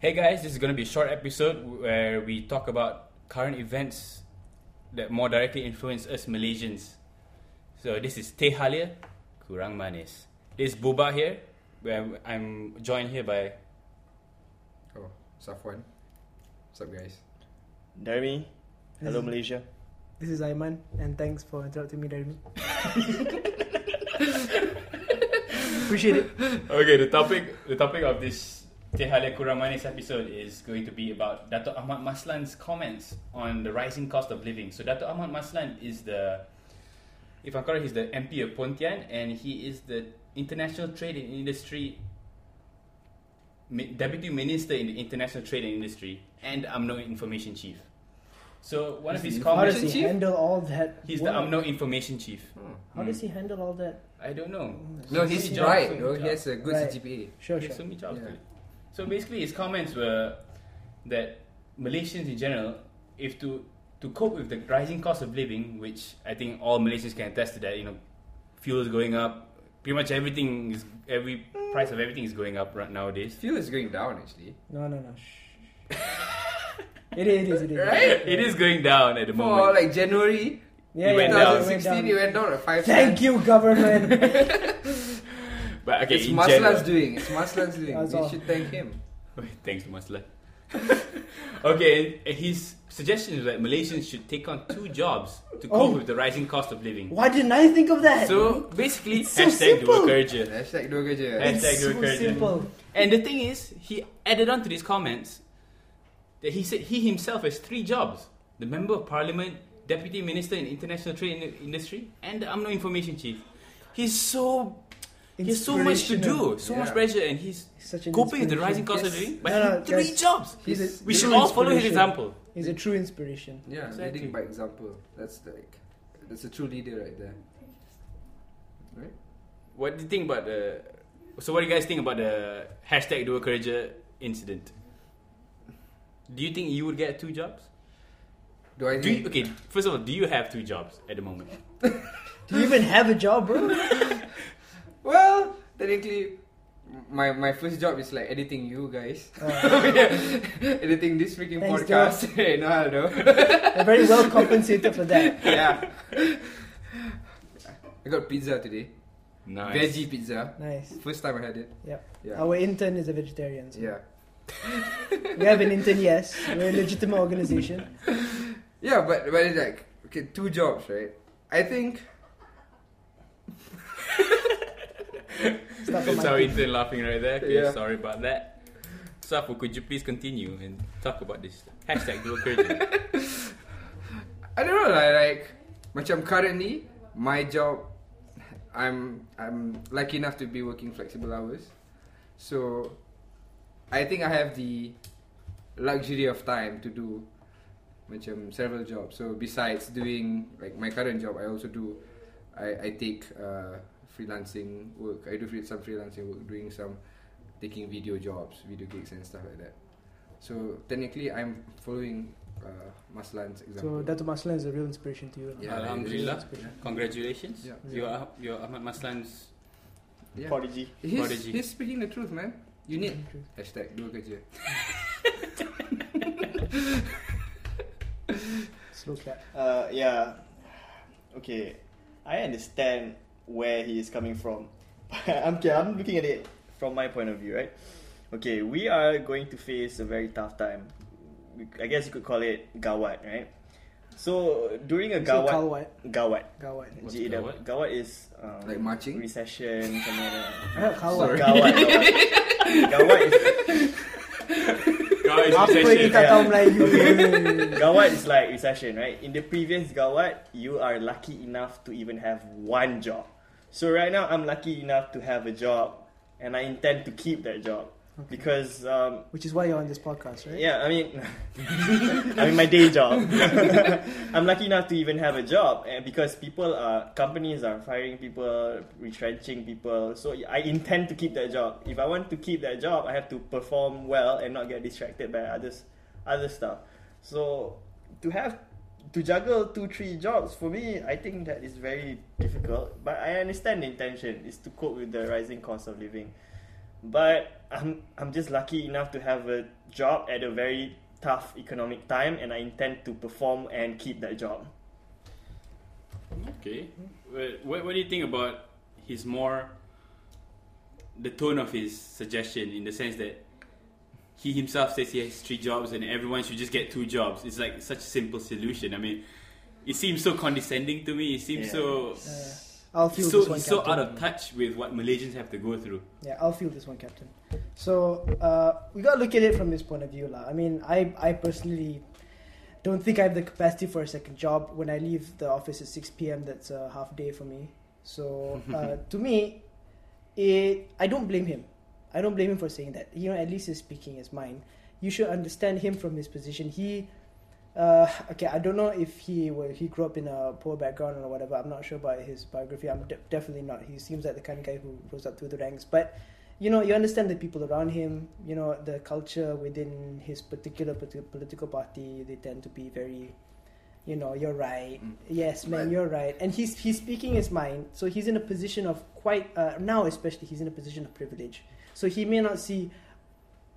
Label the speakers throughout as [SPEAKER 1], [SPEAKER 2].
[SPEAKER 1] Hey guys, this is going to be a short episode where we talk about current events that more directly influence us Malaysians. So this is Teh Halia, Kurang Manis. This is Buba here, where I'm joined here by...
[SPEAKER 2] Oh, Safwan. What's up, guys?
[SPEAKER 3] Jeremy, hello Malaysia.
[SPEAKER 4] This is Aiman, and thanks for interrupting me, Jeremy. Appreciate it.
[SPEAKER 1] Okay, the topic the topic of this Teh Halia Kurang Manis episode is going to be about Dato' Ahmad Maslan's comments on the rising cost of living. So Dato' Ahmad Maslan is the... If I'm correct, he's the MP of Pontian and he is the International Trade and Industry Mi- Deputy Minister in the International Trade and Industry and UMNO Information Chief. So one of
[SPEAKER 2] He's
[SPEAKER 1] his
[SPEAKER 2] the
[SPEAKER 4] How does
[SPEAKER 1] comments,
[SPEAKER 4] he handle all that?
[SPEAKER 1] he's the
[SPEAKER 4] work?
[SPEAKER 1] UMNO Information Chief.
[SPEAKER 4] How does he handle all that?
[SPEAKER 1] I don't know.
[SPEAKER 2] No,
[SPEAKER 1] Sumi
[SPEAKER 2] he's
[SPEAKER 1] Jobs,
[SPEAKER 2] right,
[SPEAKER 1] Sumi
[SPEAKER 2] bro. He
[SPEAKER 1] Jobs.
[SPEAKER 2] has a good
[SPEAKER 4] Right.
[SPEAKER 2] CGPA.
[SPEAKER 4] Sure,
[SPEAKER 1] Yeah,
[SPEAKER 4] sure.
[SPEAKER 1] Sumi Jobs
[SPEAKER 2] Yeah.
[SPEAKER 1] did it. So basically, his comments were that Malaysians in general, if to to cope with the rising cost of living, which I think all Malaysians can attest to that, you know, fuel is going up. Pretty much everything is every price of everything is going up right nowadays.
[SPEAKER 2] Fuel is going down, actually.
[SPEAKER 4] No, no, no. Shh. it is, it is, it is.
[SPEAKER 1] It is going down at the
[SPEAKER 2] For
[SPEAKER 1] moment.
[SPEAKER 2] like January
[SPEAKER 1] It
[SPEAKER 4] Yeah, yeah,
[SPEAKER 1] went
[SPEAKER 4] it
[SPEAKER 1] down.
[SPEAKER 4] went
[SPEAKER 2] 2016, it went down at 5
[SPEAKER 4] Thank you, government.
[SPEAKER 1] but okay,
[SPEAKER 2] It's
[SPEAKER 1] in
[SPEAKER 2] Masla's
[SPEAKER 1] general,
[SPEAKER 2] doing. It's Masla's doing.
[SPEAKER 4] That's
[SPEAKER 2] We
[SPEAKER 4] all.
[SPEAKER 2] should thank him.
[SPEAKER 1] Thanks, Masla. okay, and his suggestion is that Malaysians should take on two jobs to cope
[SPEAKER 4] Oh.
[SPEAKER 1] with the rising cost of living.
[SPEAKER 4] Why didn't I think of that?
[SPEAKER 1] So basically,
[SPEAKER 4] It's so
[SPEAKER 1] hashtag
[SPEAKER 4] simple.
[SPEAKER 1] dua kerja.
[SPEAKER 2] Hashtag dua kerja.
[SPEAKER 1] Hey.
[SPEAKER 4] it's
[SPEAKER 1] hashtag
[SPEAKER 4] so
[SPEAKER 1] encouraging.
[SPEAKER 4] simple.
[SPEAKER 1] And the thing is, he added on to these comments that he said he himself has three jobs: the member of parliament, deputy minister in international trade in- industry, and the UMNO information chief. He's so he has so much to do, so much
[SPEAKER 2] Yeah.
[SPEAKER 1] pressure, and he's
[SPEAKER 4] Such an
[SPEAKER 1] coping with the rising
[SPEAKER 4] inspiration.
[SPEAKER 1] cost of
[SPEAKER 2] Yes.
[SPEAKER 1] living. But
[SPEAKER 4] No,
[SPEAKER 1] he
[SPEAKER 4] no,
[SPEAKER 1] had three
[SPEAKER 4] guys.
[SPEAKER 1] jobs.
[SPEAKER 2] He's
[SPEAKER 4] He's
[SPEAKER 2] a-
[SPEAKER 1] We
[SPEAKER 4] True
[SPEAKER 1] should all follow his
[SPEAKER 4] inspiration.
[SPEAKER 1] example.
[SPEAKER 4] He's a true inspiration.
[SPEAKER 2] Yeah,
[SPEAKER 1] Exactly.
[SPEAKER 2] leading by example. That's like, that's a true leader right there. Right?
[SPEAKER 1] What do you think about the? So what do you guys think about the hashtag dua kerja incident? Do you think you would get two jobs?
[SPEAKER 2] Do I
[SPEAKER 1] Do you,
[SPEAKER 2] think?
[SPEAKER 1] okay, first of all, do you have two jobs at the moment?
[SPEAKER 4] Do you even have a job, bro?
[SPEAKER 2] Well, technically, my my first job is like editing you guys.
[SPEAKER 4] Uh,
[SPEAKER 2] editing this freaking
[SPEAKER 4] Thanks,
[SPEAKER 2] podcast. hey, no, I know.
[SPEAKER 4] You're very well compensated for that.
[SPEAKER 2] yeah. I got pizza today. Veggie pizza.
[SPEAKER 4] Nice.
[SPEAKER 2] First time I had it.
[SPEAKER 4] Yep.
[SPEAKER 2] Yeah.
[SPEAKER 4] Our intern is a vegetarian. So.
[SPEAKER 2] yeah.
[SPEAKER 4] We have an intern, yes. We're a legitimate organization.
[SPEAKER 2] Yeah, but but it's like okay, two jobs, right? I think
[SPEAKER 4] Stop on
[SPEAKER 1] That's
[SPEAKER 4] my
[SPEAKER 1] our
[SPEAKER 4] feet.
[SPEAKER 1] intern laughing right there. Okay,
[SPEAKER 2] Yeah.
[SPEAKER 1] sorry about that. Safu, could you please continue and talk about this hashtag dual curtain?
[SPEAKER 2] I don't know like, like macam currently my job I'm I'm lucky enough to be working flexible hours. So I think I have the luxury of time to do macam several jobs. So besides doing like my current job, I also do I I take uh, freelancing work. I do free, some freelancing work, doing some taking video jobs, video gigs and stuff like that. So technically, I'm following uh, Maslan's
[SPEAKER 4] So
[SPEAKER 2] example.
[SPEAKER 4] Dato Maslan is a real inspiration to you.
[SPEAKER 2] Yeah,
[SPEAKER 1] Alhamdulillah.
[SPEAKER 4] it is.
[SPEAKER 1] Congratulations.
[SPEAKER 2] Yeah.
[SPEAKER 1] You are you are Ahmad Maslan's.
[SPEAKER 2] Yeah.
[SPEAKER 3] Prodigy.
[SPEAKER 2] He's,
[SPEAKER 1] Prodigy.
[SPEAKER 2] he's speaking the truth, man. You need hashtag dua kerja.
[SPEAKER 4] Slow clap.
[SPEAKER 3] Uh, yeah. Okay, I understand where he is coming from. I'm okay, I'm looking at it from my point of view, right? Okay, we are going to face a very tough time. We- I guess you could call it gawat, right? So during a
[SPEAKER 4] So
[SPEAKER 3] gawat,
[SPEAKER 4] Kalwat.
[SPEAKER 3] gawat,
[SPEAKER 4] Gawat.
[SPEAKER 1] What's
[SPEAKER 3] G-
[SPEAKER 1] gawat?
[SPEAKER 3] gawat is um,
[SPEAKER 2] Like marching?
[SPEAKER 3] recession, something like
[SPEAKER 4] I
[SPEAKER 3] that.
[SPEAKER 4] heard Kalwat.
[SPEAKER 3] Gawat, gawat. gawat is
[SPEAKER 1] Guys,
[SPEAKER 4] Apa ni tak tahu Melayu.
[SPEAKER 3] Gawat is like recession, right? In the previous Gawat, you are lucky enough to even have one job. So right now, I'm lucky enough to have a job, and I intend to keep that job because, um,
[SPEAKER 4] Which is why you're on this podcast, right?
[SPEAKER 3] yeah, I mean, I mean my day job. I'm lucky enough to even have a job, and because people are companies are firing people, retrenching people. So I intend to keep that job. If I want to keep that job, I have to perform well and not get distracted by others, other stuff. So to have to juggle two three jobs for me, I think that is very difficult. But I understand the intention is to cope with the rising cost of living. But I'm I'm just lucky enough to have a job at a very tough economic time, and I intend to perform and keep that job.
[SPEAKER 1] Okay. Well, What, what do you think about his more the tone of his suggestion in the sense that he himself says he has three jobs and everyone should just get two jobs. It's like such a simple solution. I mean, it seems so condescending to me. It seems
[SPEAKER 3] Yeah.
[SPEAKER 1] so
[SPEAKER 4] Uh, I'll field
[SPEAKER 1] so
[SPEAKER 4] this one,
[SPEAKER 1] he's so out
[SPEAKER 4] Captain.
[SPEAKER 1] of touch with what Malaysians have to go through.
[SPEAKER 4] Yeah, I'll field this one, Captain. So uh, we gotta look at it from his point of view, lah. I mean, I I personally don't think I have the capacity for a second job. When I leave the office at six p.m., that's a half day for me. So uh, to me, it I don't blame him. I don't blame him for saying that. You know, at least he's speaking his mind. You should understand him from his position. He, uh, okay, I don't know if he well, he grew up in a poor background or whatever. I'm not sure about his biography. I'm de- definitely not. He seems like the kind of guy who rose up through the ranks. But you know, you understand the people around him. You know, the culture within his particular politi- political party. They tend to be very. You know, you're right.
[SPEAKER 2] Mm.
[SPEAKER 4] Yes, man,
[SPEAKER 2] But-
[SPEAKER 4] you're right. And he's he's speaking his mind, so he's in a position of quite uh, now, especially he's in a position of privilege. So he may not see,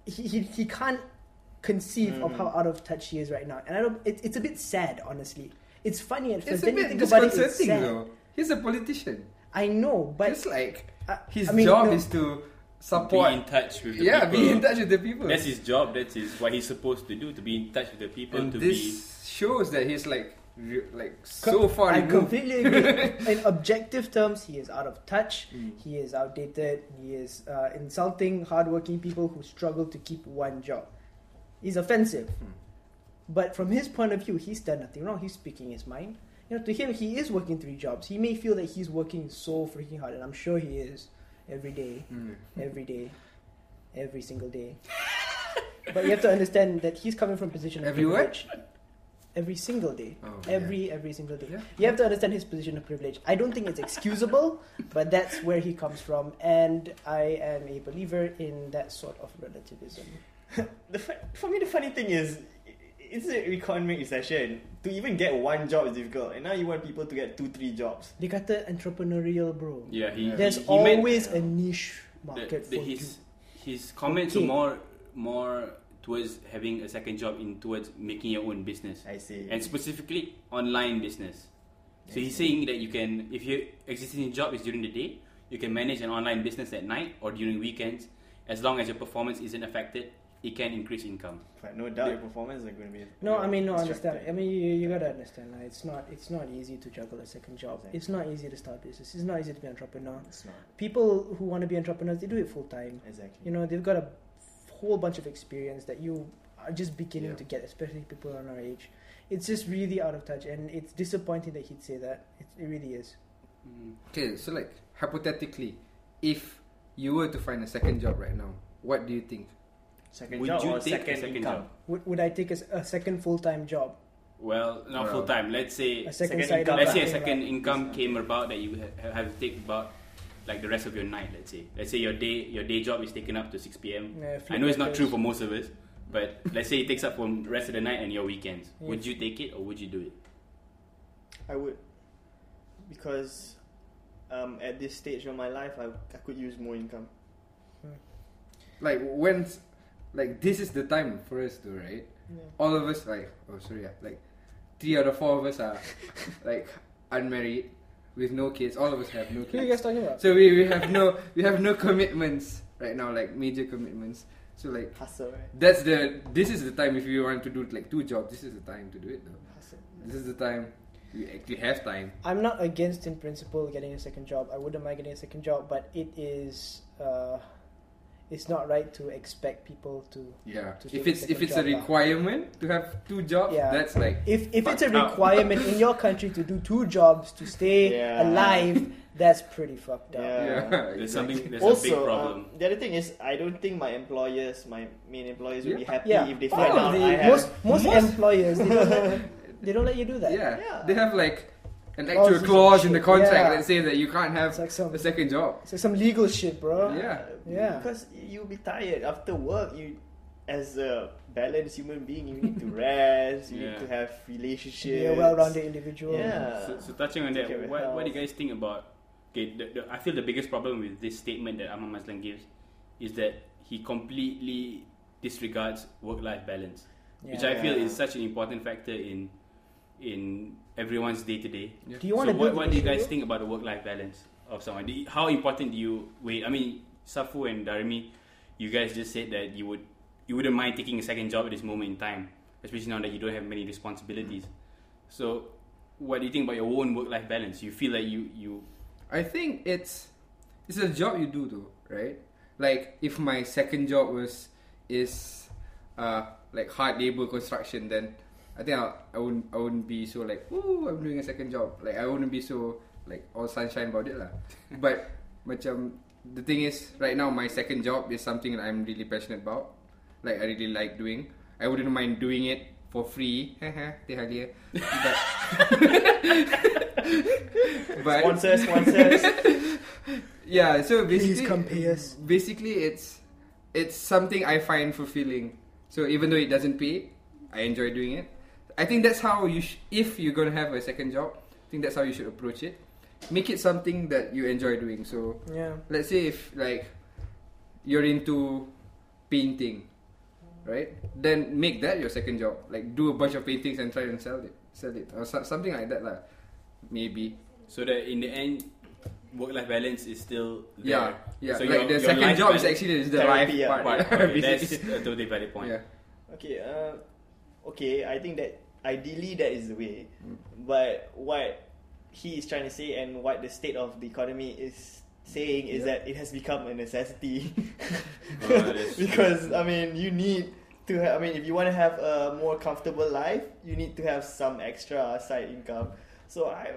[SPEAKER 4] he he, he can't conceive of
[SPEAKER 3] Mm.
[SPEAKER 4] how out of touch he is right now, and I don't. It, it's a bit sad, honestly. It's funny at
[SPEAKER 2] It's
[SPEAKER 4] first.
[SPEAKER 2] a
[SPEAKER 4] then you
[SPEAKER 2] bit
[SPEAKER 4] think about it, it's
[SPEAKER 2] disconcerting
[SPEAKER 4] sad.
[SPEAKER 2] though. He's a politician.
[SPEAKER 4] I know, but
[SPEAKER 2] it's like
[SPEAKER 4] I-
[SPEAKER 2] his
[SPEAKER 4] I mean,
[SPEAKER 2] job
[SPEAKER 4] no,
[SPEAKER 2] is to
[SPEAKER 1] Be
[SPEAKER 2] support.
[SPEAKER 1] in touch with the
[SPEAKER 2] Yeah,
[SPEAKER 1] people.
[SPEAKER 2] be in touch with the people.
[SPEAKER 1] That's his job. That's his, what he's supposed to do to be in touch with the people.
[SPEAKER 2] and
[SPEAKER 1] to
[SPEAKER 2] this
[SPEAKER 1] be
[SPEAKER 2] shows that he's like re- like
[SPEAKER 4] Co-
[SPEAKER 2] so far
[SPEAKER 4] I
[SPEAKER 2] removed.
[SPEAKER 4] completely agree. In objective terms, he is out of touch.
[SPEAKER 2] Mm.
[SPEAKER 4] He is outdated. He is uh, insulting hardworking people who struggle to keep one job. He's offensive.
[SPEAKER 2] Mm.
[SPEAKER 4] But from his point of view, he's done nothing wrong. He's speaking his mind. You know, to him, he is working three jobs. He may feel that he's working so freaking hard, and I'm sure he is every day,
[SPEAKER 2] Mm.
[SPEAKER 4] every day, every single day. but you have to understand that he's coming from a position of
[SPEAKER 2] Every what?
[SPEAKER 4] privilege. Every single day
[SPEAKER 2] Oh,
[SPEAKER 4] every every single day.
[SPEAKER 2] Yeah.
[SPEAKER 4] You have to understand his position of privilege. I don't think it's excusable, but that's where he comes from, and I am a believer in that sort of relativism.
[SPEAKER 3] The fu- for me, the funny thing is, i- it's an economic recession. To even get one job is difficult, and now you want people to get two, three jobs.
[SPEAKER 4] They got the entrepreneurial bro.
[SPEAKER 1] yeah. He,
[SPEAKER 2] Yeah.
[SPEAKER 4] There's
[SPEAKER 1] he, he meant-
[SPEAKER 4] always a niche
[SPEAKER 1] the-
[SPEAKER 4] market
[SPEAKER 1] the-
[SPEAKER 4] for you.
[SPEAKER 1] his his comments are
[SPEAKER 4] Okay.
[SPEAKER 1] more more towards having a second job in towards making your own business
[SPEAKER 3] I see.
[SPEAKER 1] and specifically online business. So
[SPEAKER 3] I
[SPEAKER 1] he's
[SPEAKER 3] see.
[SPEAKER 1] saying that you can, if your existing job is during the day, you can manage an online business at night or during weekends. As long as your performance isn't affected, it can increase income.
[SPEAKER 3] But no doubt, your performance is going to be.
[SPEAKER 4] No, I mean no, I
[SPEAKER 3] distracted.
[SPEAKER 4] understand. I mean you, you gotta understand. like, It's not it's not easy to juggle a second job.
[SPEAKER 3] Exactly.
[SPEAKER 4] It's not easy to start business. It's not easy to be entrepreneur.
[SPEAKER 3] It's not
[SPEAKER 4] People who want to be entrepreneurs, they do it full time.
[SPEAKER 3] exactly.
[SPEAKER 4] You know, they've got a whole bunch of experience that you are just beginning
[SPEAKER 2] Yeah.
[SPEAKER 4] to get, especially people around our age. It's just really out of touch, and it's disappointing that he'd say that. It, it really is.
[SPEAKER 1] Mm-hmm.
[SPEAKER 2] Okay, so like hypothetically, if you were to find a second job right now, what do you think?
[SPEAKER 3] second
[SPEAKER 1] Would
[SPEAKER 3] job
[SPEAKER 1] you
[SPEAKER 3] or
[SPEAKER 1] take a
[SPEAKER 3] second,
[SPEAKER 1] second
[SPEAKER 3] income?
[SPEAKER 1] job?
[SPEAKER 4] Would, would I take a, s- a second full time job?
[SPEAKER 1] Well, not
[SPEAKER 2] Well,
[SPEAKER 1] full time. Let's say
[SPEAKER 4] A second,
[SPEAKER 3] second
[SPEAKER 4] side
[SPEAKER 3] income,
[SPEAKER 4] income?
[SPEAKER 1] let's say a
[SPEAKER 4] like-
[SPEAKER 1] second income
[SPEAKER 3] business.
[SPEAKER 1] came about that you ha- have to take about like the rest of your night. Let's say, let's say your day your day job is taken up to six p.m.
[SPEAKER 4] Yeah,
[SPEAKER 1] I
[SPEAKER 4] flip
[SPEAKER 1] know it's not
[SPEAKER 4] burgers.
[SPEAKER 1] true for most of us, but let's say it takes up from rest of the night and your weekends.
[SPEAKER 4] Yeah.
[SPEAKER 1] Would you take it or would you do it?
[SPEAKER 3] I would, because um, at this stage of my life, I, I could use more income.
[SPEAKER 2] Like when, like this is the time for us to right.
[SPEAKER 3] Yeah.
[SPEAKER 2] All of us like oh sorry yeah, like three out of four of us are like unmarried with no kids. All of us have no
[SPEAKER 4] Who are you
[SPEAKER 2] kids.
[SPEAKER 4] guys talking about?
[SPEAKER 2] So we, we have no we have no commitments right now like major commitments. So like
[SPEAKER 3] Hustle, right?
[SPEAKER 2] that's the this is the time if you want to do like two jobs. This is the time to do it though.
[SPEAKER 3] Hustle.
[SPEAKER 2] This is the time you actually have time.
[SPEAKER 4] I'm not against, in principle, getting a second job. I wouldn't mind getting a second job, but it is. Uh, it's not right to expect people to.
[SPEAKER 2] Yeah.
[SPEAKER 4] To
[SPEAKER 2] If
[SPEAKER 4] do
[SPEAKER 2] it's
[SPEAKER 4] the
[SPEAKER 2] if
[SPEAKER 4] second
[SPEAKER 2] it's a
[SPEAKER 4] job, lah.
[SPEAKER 2] requirement to have two jobs,
[SPEAKER 4] Yeah.
[SPEAKER 2] that's like
[SPEAKER 4] If, if it's a
[SPEAKER 1] Fucked up.
[SPEAKER 4] requirement in your country to do two jobs to stay
[SPEAKER 3] Yeah.
[SPEAKER 4] alive, that's pretty fucked up.
[SPEAKER 3] Yeah.
[SPEAKER 2] yeah.
[SPEAKER 1] There's
[SPEAKER 2] exactly.
[SPEAKER 1] something. There's
[SPEAKER 3] also,
[SPEAKER 1] a big problem.
[SPEAKER 3] Um, the other thing is, I don't think my employers, my main employers, would be happy
[SPEAKER 4] Yeah,
[SPEAKER 3] if they
[SPEAKER 4] all
[SPEAKER 3] find
[SPEAKER 4] of
[SPEAKER 3] out
[SPEAKER 4] the-
[SPEAKER 3] I have.
[SPEAKER 4] most, most employers they don't, let, they don't let you do that.
[SPEAKER 2] Yeah.
[SPEAKER 3] Yeah.
[SPEAKER 2] They have like an
[SPEAKER 4] Clauses
[SPEAKER 2] actual
[SPEAKER 4] and
[SPEAKER 2] clause in the
[SPEAKER 4] shit,
[SPEAKER 2] contract
[SPEAKER 4] yeah.
[SPEAKER 2] that says that you can't
[SPEAKER 4] It's
[SPEAKER 2] have
[SPEAKER 4] like some
[SPEAKER 2] a second job.
[SPEAKER 4] it's like some legal shit, bro.
[SPEAKER 2] Yeah.
[SPEAKER 4] Yeah.
[SPEAKER 3] Because you'll be tired after work. You, as a balanced human being, you need to rest. You need
[SPEAKER 1] Yeah.
[SPEAKER 3] to have relationships.
[SPEAKER 4] To be a well-rounded individual.
[SPEAKER 3] Yeah.
[SPEAKER 1] So, so touching on
[SPEAKER 3] uh, Take care
[SPEAKER 1] that,
[SPEAKER 3] of
[SPEAKER 1] what, what do you
[SPEAKER 3] health.
[SPEAKER 1] guys think about? Okay, the, the, I feel the biggest problem with this statement that Ahmad Maslan gives is that he completely disregards work-life balance,
[SPEAKER 4] Yeah.
[SPEAKER 1] which I feel
[SPEAKER 2] Yeah.
[SPEAKER 1] is such an important factor in in everyone's day-to-day.
[SPEAKER 4] do you want
[SPEAKER 1] so
[SPEAKER 4] to
[SPEAKER 1] what,
[SPEAKER 4] do
[SPEAKER 1] what do you guys think about the work-life balance of someone? Do you- how important do you wait? I mean, Safu and Darmi, you guys just said that you would you wouldn't mind taking a second job at this moment in time, especially now that you don't have many responsibilities. So, what do you think about your own work-life balance? You feel like you you
[SPEAKER 2] I think it's it's a job you do though, right? Like if my second job was is uh like hard labor construction, then I think I I won't I wouldn't be so like oh I'm doing a second job. Like I wouldn't be so like all sunshine about it lah. but macam the thing is right now my second job is something that I'm really passionate about. Like I really like doing. I wouldn't mind doing it for free. Teh halia. But, but
[SPEAKER 3] Sponsors, sponsors.
[SPEAKER 2] yeah, so
[SPEAKER 4] Please
[SPEAKER 2] basically,
[SPEAKER 4] come pay us.
[SPEAKER 2] Basically, it's it's something I find fulfilling. So even though it doesn't pay, I enjoy doing it. I think that's how you sh- if you're gonna have a second job, I think that's how you should approach it. Make it something that you enjoy doing. So
[SPEAKER 4] Yeah.
[SPEAKER 2] let's say if like you're into painting, right? Then make that your second job. Like do a bunch of paintings and try and sell it, sell it or so- something like that lah. Maybe.
[SPEAKER 1] so that in the end, work-life balance is still
[SPEAKER 2] Yeah,
[SPEAKER 1] there.
[SPEAKER 2] yeah.
[SPEAKER 1] So
[SPEAKER 2] like
[SPEAKER 1] your- your
[SPEAKER 2] the second
[SPEAKER 1] life
[SPEAKER 2] job is
[SPEAKER 1] balance-
[SPEAKER 2] actually the life
[SPEAKER 3] Therapy, yeah.
[SPEAKER 2] part.
[SPEAKER 1] Right, okay, that's
[SPEAKER 2] basically.
[SPEAKER 1] a totally valid point.
[SPEAKER 2] Yeah.
[SPEAKER 3] Okay, uh, okay. I think that ideally that is the way, but what he is trying to say and what the state of the economy is saying is
[SPEAKER 2] Yeah.
[SPEAKER 3] that it has become a necessity.
[SPEAKER 1] Oh, that's-
[SPEAKER 3] because I mean, you need to. Ha- I mean, if you want to have a more comfortable life, you need to have some extra side income. So I,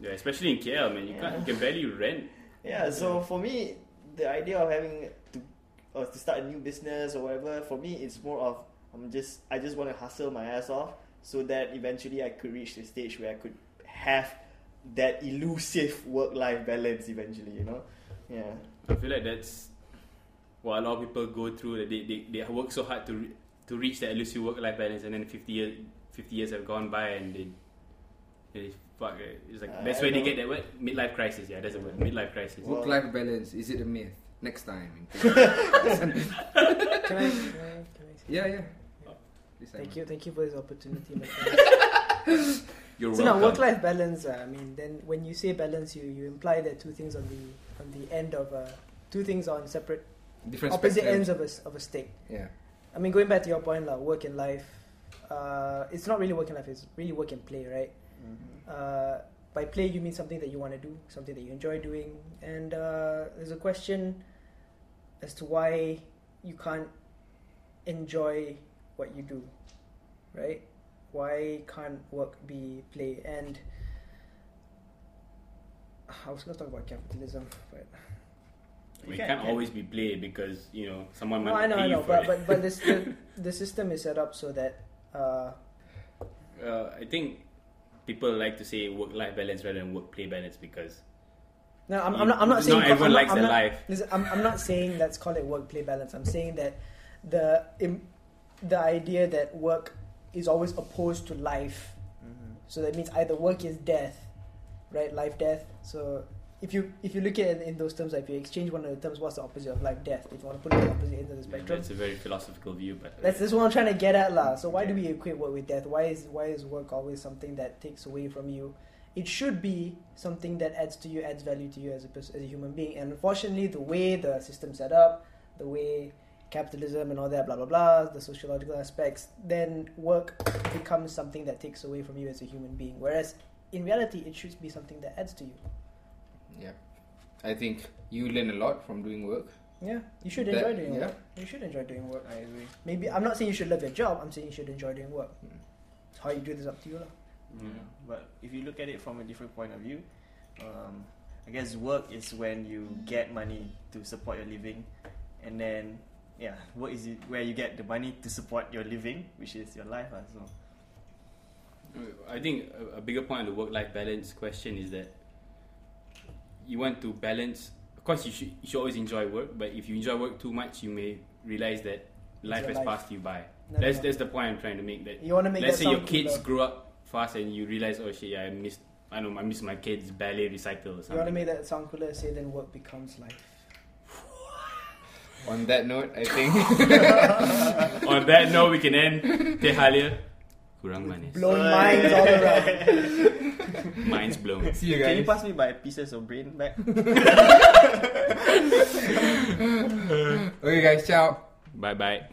[SPEAKER 1] Yeah, especially in KL, man, you can't you can barely rent.
[SPEAKER 3] yeah. So for me, the idea of having to or to start a new business or whatever, for me, it's more of I'm just I just want to hustle my ass off so that eventually I could reach the stage where I could have that elusive work life balance eventually. You know, yeah.
[SPEAKER 1] I feel like that's what a lot of people go through. That they, they, they work so hard to re- to reach that elusive work life balance, and then fifty years fifty years have gone by, and they they fuck. eh, It's like
[SPEAKER 3] Uh,
[SPEAKER 1] that's
[SPEAKER 3] I
[SPEAKER 1] where they
[SPEAKER 3] know.
[SPEAKER 1] get that word midlife crisis. Yeah, that's the word midlife crisis.
[SPEAKER 2] Work life balance is it a myth? Next time.
[SPEAKER 4] Can I? Can I, can I
[SPEAKER 2] yeah, yeah. This
[SPEAKER 4] Thank
[SPEAKER 2] time.
[SPEAKER 4] you, thank you for this opportunity. my friend.
[SPEAKER 1] You're
[SPEAKER 4] so now,
[SPEAKER 1] welcome.
[SPEAKER 4] work-life balance. Uh, I mean, then when you say balance, you, you imply that two things on the on the end of uh, two things on separate
[SPEAKER 2] Different
[SPEAKER 4] opposite
[SPEAKER 2] spectrum.
[SPEAKER 4] ends of a s- of a stick.
[SPEAKER 2] Yeah.
[SPEAKER 4] I mean, going back to your point, like work and life. Uh, it's not really work and life. It's really work and play, right? Uh, by play, you mean something that you want to do, something that you enjoy doing. And uh, there's a question as to why you can't enjoy what you do, right? Why can't work be play? And I was going to talk about capitalism, but
[SPEAKER 1] We
[SPEAKER 3] You
[SPEAKER 1] can't,
[SPEAKER 3] can- can-
[SPEAKER 1] always be played because you know someone
[SPEAKER 4] no,
[SPEAKER 1] might
[SPEAKER 4] I know,
[SPEAKER 1] not pay
[SPEAKER 4] I
[SPEAKER 1] you
[SPEAKER 4] know,
[SPEAKER 1] for
[SPEAKER 4] but,
[SPEAKER 1] it.
[SPEAKER 4] but but this the, the system is set up so that uh,
[SPEAKER 1] uh, I think people like to say work life balance rather than work play balance because
[SPEAKER 4] no, I'm,
[SPEAKER 1] you-
[SPEAKER 4] I'm not, I'm not saying
[SPEAKER 1] everyone
[SPEAKER 4] I'm not-
[SPEAKER 1] likes
[SPEAKER 4] I'm
[SPEAKER 1] their
[SPEAKER 4] not-
[SPEAKER 1] life.
[SPEAKER 4] Listen, I'm, I'm not saying let's call it work play balance. I'm saying that the im- the idea that work is always opposed to life. So that means either work is death, right? Life death. So if you if you look at it in those terms, like if you exchange one of the terms, what's the opposite of life death? If you want to put it on the opposite end of the
[SPEAKER 1] Yeah,
[SPEAKER 4] spectrum,
[SPEAKER 1] that's a very philosophical view. But
[SPEAKER 4] that's this is what I'm trying to get at, lah. So why do we equate work with death? Why is why is work always something that takes away from you? It should be something that adds to you, adds value to you as a pers- as a human being. And unfortunately, the way the system set up, the way capitalism and all that, blah blah blah, the sociological aspects, then work becomes something that takes away from you as a human being. Whereas in reality, it should be something that adds to you.
[SPEAKER 2] Yeah. I think you learn a lot from doing work.
[SPEAKER 4] Yeah, you should
[SPEAKER 2] That-
[SPEAKER 4] enjoy doing
[SPEAKER 2] yeah.
[SPEAKER 4] work. You should enjoy doing work.
[SPEAKER 2] I agree.
[SPEAKER 4] Maybe I'm not saying you should love your job. I'm saying you should enjoy doing work.
[SPEAKER 2] Mm.
[SPEAKER 4] How you do this up to you, lah.
[SPEAKER 1] Yeah.
[SPEAKER 3] But if you look at it from a different point of view, um, I guess work is when you get money to support your living, and then yeah, work is where you get the money to support your living, which is your life. ah, So
[SPEAKER 1] I think a, a bigger point on the work-life balance question is that you want to balance. Of course, you should, you should always enjoy work, but if you enjoy work too much, you may realize that life
[SPEAKER 4] your
[SPEAKER 1] has
[SPEAKER 4] life.
[SPEAKER 1] passed you by.
[SPEAKER 4] No, no,
[SPEAKER 1] that's
[SPEAKER 4] no.
[SPEAKER 1] that's the point I'm trying to make. That
[SPEAKER 4] You want to make
[SPEAKER 1] let's
[SPEAKER 4] that
[SPEAKER 1] say your
[SPEAKER 4] sound
[SPEAKER 1] kids
[SPEAKER 4] cooler.
[SPEAKER 1] grow up fast and you realize, oh shit, yeah, I missed. I know I missed my kids' ballet recital or
[SPEAKER 4] You want to
[SPEAKER 1] something.
[SPEAKER 4] make that sound cooler? Say then work becomes life.
[SPEAKER 2] On that note, I think
[SPEAKER 1] On that note, we can end Teh Halia. Kurang manis.
[SPEAKER 4] Blowing minds all around.
[SPEAKER 1] Mind's blown.
[SPEAKER 2] see you
[SPEAKER 3] Can you
[SPEAKER 2] guys.
[SPEAKER 3] pass me my pieces of brain back?
[SPEAKER 2] Okay, guys, ciao.
[SPEAKER 1] Bye bye.